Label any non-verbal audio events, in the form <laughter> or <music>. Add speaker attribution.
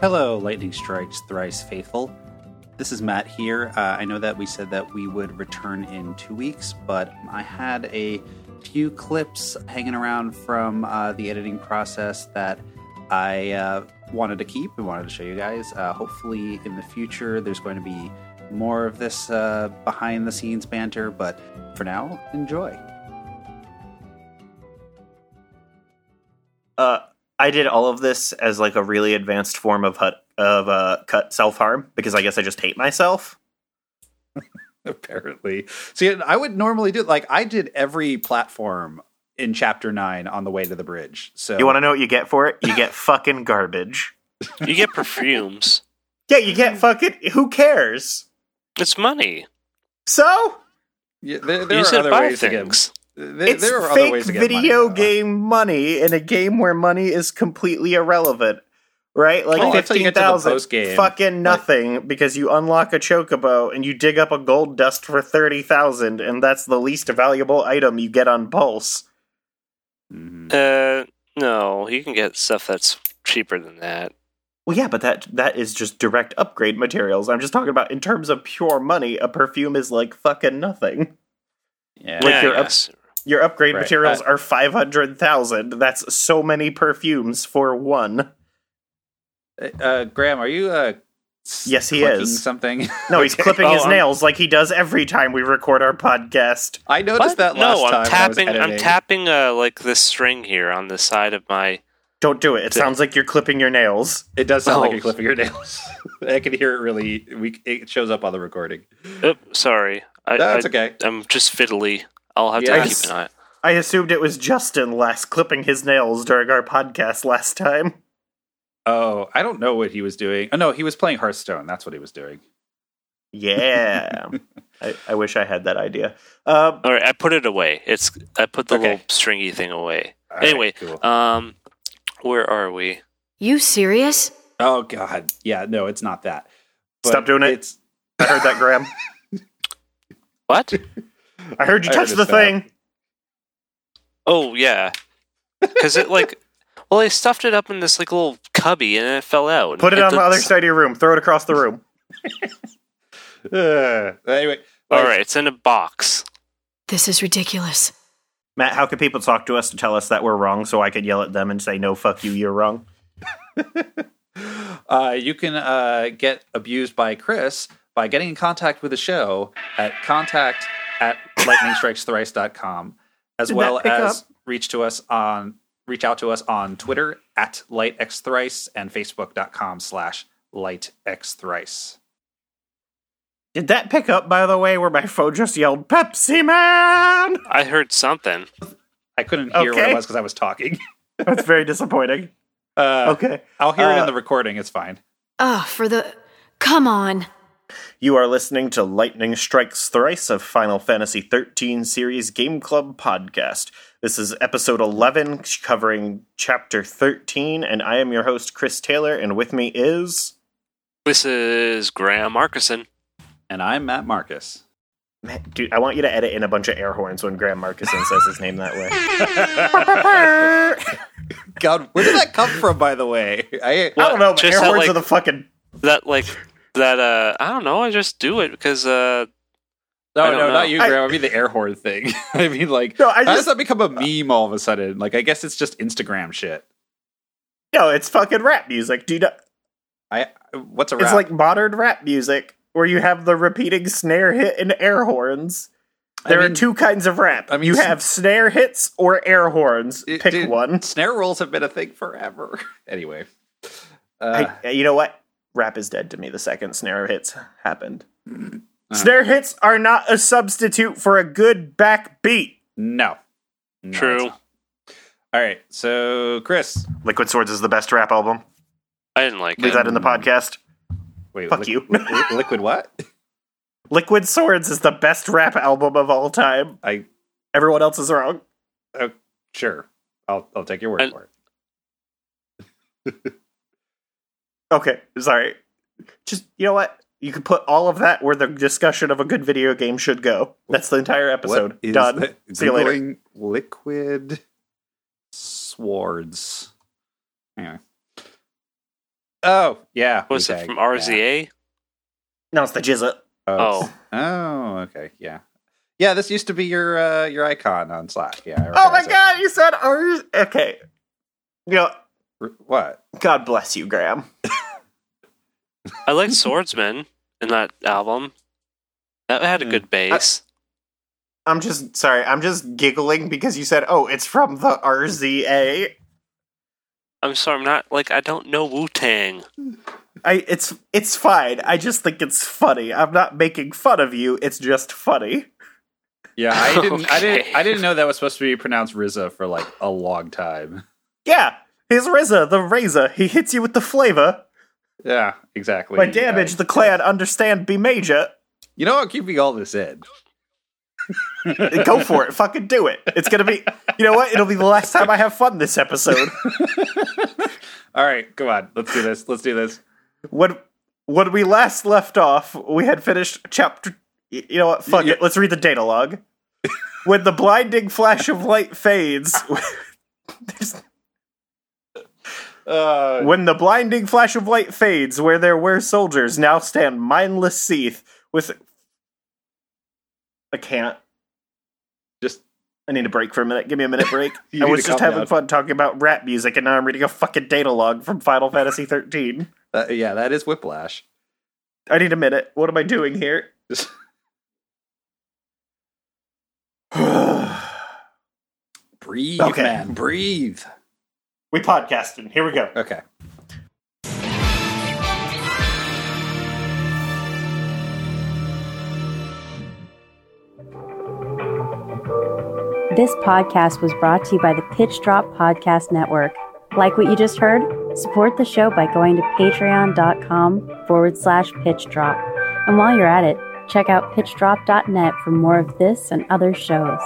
Speaker 1: Hello, Lightning Strikes Thrice Faithful. This is Matt here. Uh, I know that we said that we would return in two weeks, but I had a few clips hanging around from uh, the editing process that I uh, wanted to keep and wanted to show you guys. Uh, hopefully, in the future, there's going to be more of this uh, behind the scenes banter, but for now, enjoy.
Speaker 2: Uh, I did all of this as like a really advanced form of hut, of uh, cut self harm because I guess I just hate myself.
Speaker 1: <laughs> apparently. See, I would normally do like I did every platform in chapter nine on the way to the bridge. So
Speaker 2: You want to know what you get for it?
Speaker 1: <laughs>
Speaker 2: You get fucking garbage.
Speaker 3: You get perfumes.
Speaker 2: Yeah, you get fucking. Who cares?
Speaker 3: It's money.
Speaker 2: So
Speaker 1: Yeah, there, there
Speaker 3: you
Speaker 1: are
Speaker 3: said
Speaker 1: other
Speaker 3: buy
Speaker 1: ways to
Speaker 3: things.
Speaker 1: get. There,
Speaker 2: it's
Speaker 1: there are
Speaker 2: fake
Speaker 1: other ways to get money,
Speaker 2: video
Speaker 1: though.
Speaker 2: game money in a game where money is completely irrelevant. Right, like
Speaker 1: Oh, until you
Speaker 2: fifteen
Speaker 1: get to the
Speaker 2: thousand,
Speaker 1: post-game.
Speaker 2: fucking nothing, because you unlock a chocobo and you dig up a gold dust for thirty thousand, and that's the least valuable item you get on Pulse.
Speaker 1: Mhm.
Speaker 3: Uh, no, you can get stuff that's cheaper than that.
Speaker 2: Well, yeah, but that that is just direct upgrade materials. I'm just talking about in terms of pure money. A perfume is like fucking nothing.
Speaker 1: Yeah.
Speaker 2: Like
Speaker 3: yeah,
Speaker 2: your
Speaker 3: I
Speaker 2: up-
Speaker 3: guess.
Speaker 2: Your upgrade
Speaker 1: Right,
Speaker 2: materials
Speaker 1: uh,
Speaker 2: are five hundred thousand. That's so many perfumes for one.
Speaker 1: Uh, Graham, are you? Uh, s-
Speaker 2: Yes, he
Speaker 1: clicking
Speaker 2: is.
Speaker 1: Something. <laughs>
Speaker 2: No, he's
Speaker 1: Okay.
Speaker 2: clipping
Speaker 3: Oh,
Speaker 2: his
Speaker 3: I'm-
Speaker 2: nails like he does every time we record our podcast.
Speaker 1: I noticed
Speaker 3: What?
Speaker 1: that last
Speaker 3: no,
Speaker 1: time.
Speaker 3: I'm
Speaker 1: when I was
Speaker 3: tapping. I'm
Speaker 1: editing.
Speaker 3: tapping uh, like this string here on the side of my.
Speaker 2: Don't do it. It sounds like you're clipping your nails.
Speaker 1: It does sound like
Speaker 3: Oh.
Speaker 1: you're clipping your nails. <laughs> I can hear it really. We, it shows up on the recording.
Speaker 3: Oop, sorry. I,
Speaker 1: That's
Speaker 3: I,
Speaker 1: okay.
Speaker 3: I'm just fiddly. I'll have
Speaker 1: Yeah.
Speaker 3: to keep an eye.
Speaker 2: I assumed it was Justin last clipping his nails during our podcast last time.
Speaker 1: Oh, I don't know what he was doing. Oh no, he was playing Hearthstone. That's what he was doing.
Speaker 2: Yeah, I, I wish I had that idea. Uh,
Speaker 3: All right, I put it away. It's I put the
Speaker 1: Okay.
Speaker 3: little stringy thing away.
Speaker 1: All right,
Speaker 3: Anyway,
Speaker 1: cool.
Speaker 3: Um, where are we?
Speaker 4: You serious?
Speaker 1: Oh God, yeah, no, it's not that.
Speaker 2: Stop doing it.
Speaker 1: It's
Speaker 2: I heard that, Graham.
Speaker 3: What?
Speaker 2: I heard you
Speaker 1: I heard
Speaker 2: touch
Speaker 1: it
Speaker 2: the
Speaker 1: stop.
Speaker 2: thing.
Speaker 3: Oh yeah, because it like, <laughs> well, I stuffed it up in this like little cubby and it fell out.
Speaker 2: Put it on the other
Speaker 3: that's-
Speaker 2: side of your room. Throw it across the room.
Speaker 1: uh, anyway.
Speaker 3: All right, it's in a box.
Speaker 4: This is ridiculous.
Speaker 2: Matt, how can people talk to us to tell us that we're wrong so I could yell at them and say, no, fuck you, you're wrong?
Speaker 1: Uh, you can uh, get abused by Chris by getting in contact with the show at contact at lightningstrikesthrice.com, as
Speaker 2: Did
Speaker 1: well
Speaker 2: that pick
Speaker 1: as
Speaker 2: up?
Speaker 1: reach to us on reach out to us on Twitter at lightxthrice and facebook.com slash lightxthrice.
Speaker 2: Did that pick up, by the way, where my phone just yelled, Pepsi Man? <laughs>
Speaker 3: I heard something.
Speaker 1: I couldn't hear what
Speaker 2: Okay.
Speaker 1: it was because I was talking. <laughs>
Speaker 2: That's very disappointing.
Speaker 1: Uh,
Speaker 2: Okay.
Speaker 1: I'll hear it
Speaker 2: Uh,
Speaker 1: in the recording. It's fine.
Speaker 4: Ah, for the. Come on.
Speaker 2: You are listening to Lightning Strikes Thrice of Final Fantasy XIII series Game Club podcast. This is episode 11, covering chapter 13, and I am your host, Chris Taylor, and with me is.
Speaker 3: This is Graham Markison.
Speaker 1: And I'm Matt Marcus.
Speaker 2: Matt, Dude, I want you to edit in a bunch of air horns when Graham Markison says his name that way.
Speaker 1: God, where did that come from, by the way? I,
Speaker 2: I don't know, but
Speaker 3: Just
Speaker 2: air
Speaker 3: how,
Speaker 2: horns
Speaker 3: like-
Speaker 2: are the fucking.
Speaker 3: That like that. Uh, I don't know. I just do it because uh,
Speaker 1: No,
Speaker 3: I
Speaker 1: no,
Speaker 3: don't know.
Speaker 1: not you,
Speaker 2: I-
Speaker 1: Graham. I, mean the air horn thing. <laughs> I mean, like,
Speaker 2: No, I
Speaker 1: how does
Speaker 2: just.
Speaker 1: that become a meme all of a sudden? Like, I guess it's just Instagram shit.
Speaker 2: No, it's fucking rap music. Do you know?
Speaker 1: I what's a rap?
Speaker 2: It's like modern rap music where you have the repeating snare hit and air horns.
Speaker 1: I
Speaker 2: There
Speaker 1: mean,
Speaker 2: are two kinds of rap.
Speaker 1: I mean,
Speaker 2: you
Speaker 1: s-
Speaker 2: have snare hits or air horns.
Speaker 1: it-
Speaker 2: Pick
Speaker 1: dude,
Speaker 2: one.
Speaker 1: Snare rolls have been a thing forever. <laughs> anyway, uh,
Speaker 2: I, you know what? Rap is dead to me the second snare hits happened.
Speaker 1: Mm-hmm. Uh.
Speaker 2: Snare hits are not a substitute for a good back beat.
Speaker 1: no, No,
Speaker 3: True.
Speaker 1: it's not. All right, so Chris,
Speaker 2: Liquid Swords is the best rap album.
Speaker 3: I didn't like
Speaker 2: Leave
Speaker 3: it.
Speaker 1: Um,
Speaker 2: that in the podcast.
Speaker 1: wait,
Speaker 2: Fuck you.
Speaker 1: li- li- liquid what? <laughs>
Speaker 2: Liquid Swords is the best rap album of all time.
Speaker 1: I
Speaker 2: Everyone else is wrong.
Speaker 1: sure. I'll I'll take your word
Speaker 3: And-
Speaker 1: for it.
Speaker 2: Okay, sorry. Just you know what? You could put all of that where the discussion of a good video game should go. That's the entire episode.
Speaker 1: What is
Speaker 2: Done.
Speaker 1: that?
Speaker 2: See you later.
Speaker 1: Googling Liquid swords. Anyway. Oh, yeah.
Speaker 3: Was
Speaker 1: we
Speaker 3: it
Speaker 1: tag
Speaker 3: from
Speaker 1: that.
Speaker 3: RZA?
Speaker 2: Now it's the jizzit.
Speaker 1: Oh.
Speaker 3: Oh.
Speaker 1: Oh, okay. Yeah. Yeah, this used to be your uh, your icon on Slack. Yeah. I
Speaker 2: Oh my
Speaker 1: recognize it.
Speaker 2: god, you said ours. Okay. You know,
Speaker 1: R- What?
Speaker 2: God bless you, Graham.
Speaker 3: I liked Swordsman in that album. That had a
Speaker 1: Hmm.
Speaker 3: good bass.
Speaker 2: I'm just sorry. I'm just giggling because you said, "Oh, it's from the RZA."
Speaker 3: I'm sorry, I'm not like I don't know Wu Tang.
Speaker 2: I it's it's fine. I just think it's funny. I'm not making fun of you. It's just funny.
Speaker 1: Yeah, I didn't. I didn't.
Speaker 3: <laughs> Okay.
Speaker 1: I didn't know that was supposed to be pronounced Rizza for like a long time.
Speaker 2: Yeah, he's RZA, the razor. He hits you with the flavor.
Speaker 1: Yeah, exactly.
Speaker 2: By damage,
Speaker 1: I-
Speaker 2: the clan understand. Be major.
Speaker 1: <laughs> You know, I'm keeping all this in.
Speaker 2: Go for it. Fucking do it. It's gonna be. You know what? It'll be the last time I have fun this episode.
Speaker 1: <laughs> All right, come on. Let's do this. Let's do this.
Speaker 2: when when we last left off, we had finished chapter. y- You know what? Fuck
Speaker 1: Yeah.
Speaker 2: it. Let's read the data log. when the blinding flash of light fades, <laughs> there's-
Speaker 1: Uh,
Speaker 2: when the blinding flash of light fades, where there were soldiers now stand mindless seeth with. I can't.
Speaker 1: Just-
Speaker 2: I need a break for a minute. Give me a minute break.
Speaker 1: You
Speaker 2: I
Speaker 1: need
Speaker 2: was
Speaker 1: to
Speaker 2: just
Speaker 1: calm
Speaker 2: having
Speaker 1: down.
Speaker 2: fun talking about rap music, and now I'm reading a fucking data log from Final Fantasy 13.
Speaker 1: uh, yeah, that is Whiplash.
Speaker 2: I need a minute. What am I doing here?
Speaker 1: Just- breathe,
Speaker 2: Okay.
Speaker 1: man. Breathe.
Speaker 2: We podcasting. Here we go.
Speaker 1: Okay.
Speaker 5: This podcast was brought to you by the Pitch Drop Podcast Network. Like what you just heard? Support the show by going to patreon.com forward slash pitch drop. And while you're at it, check out pitchdrop.net for more of this and other shows.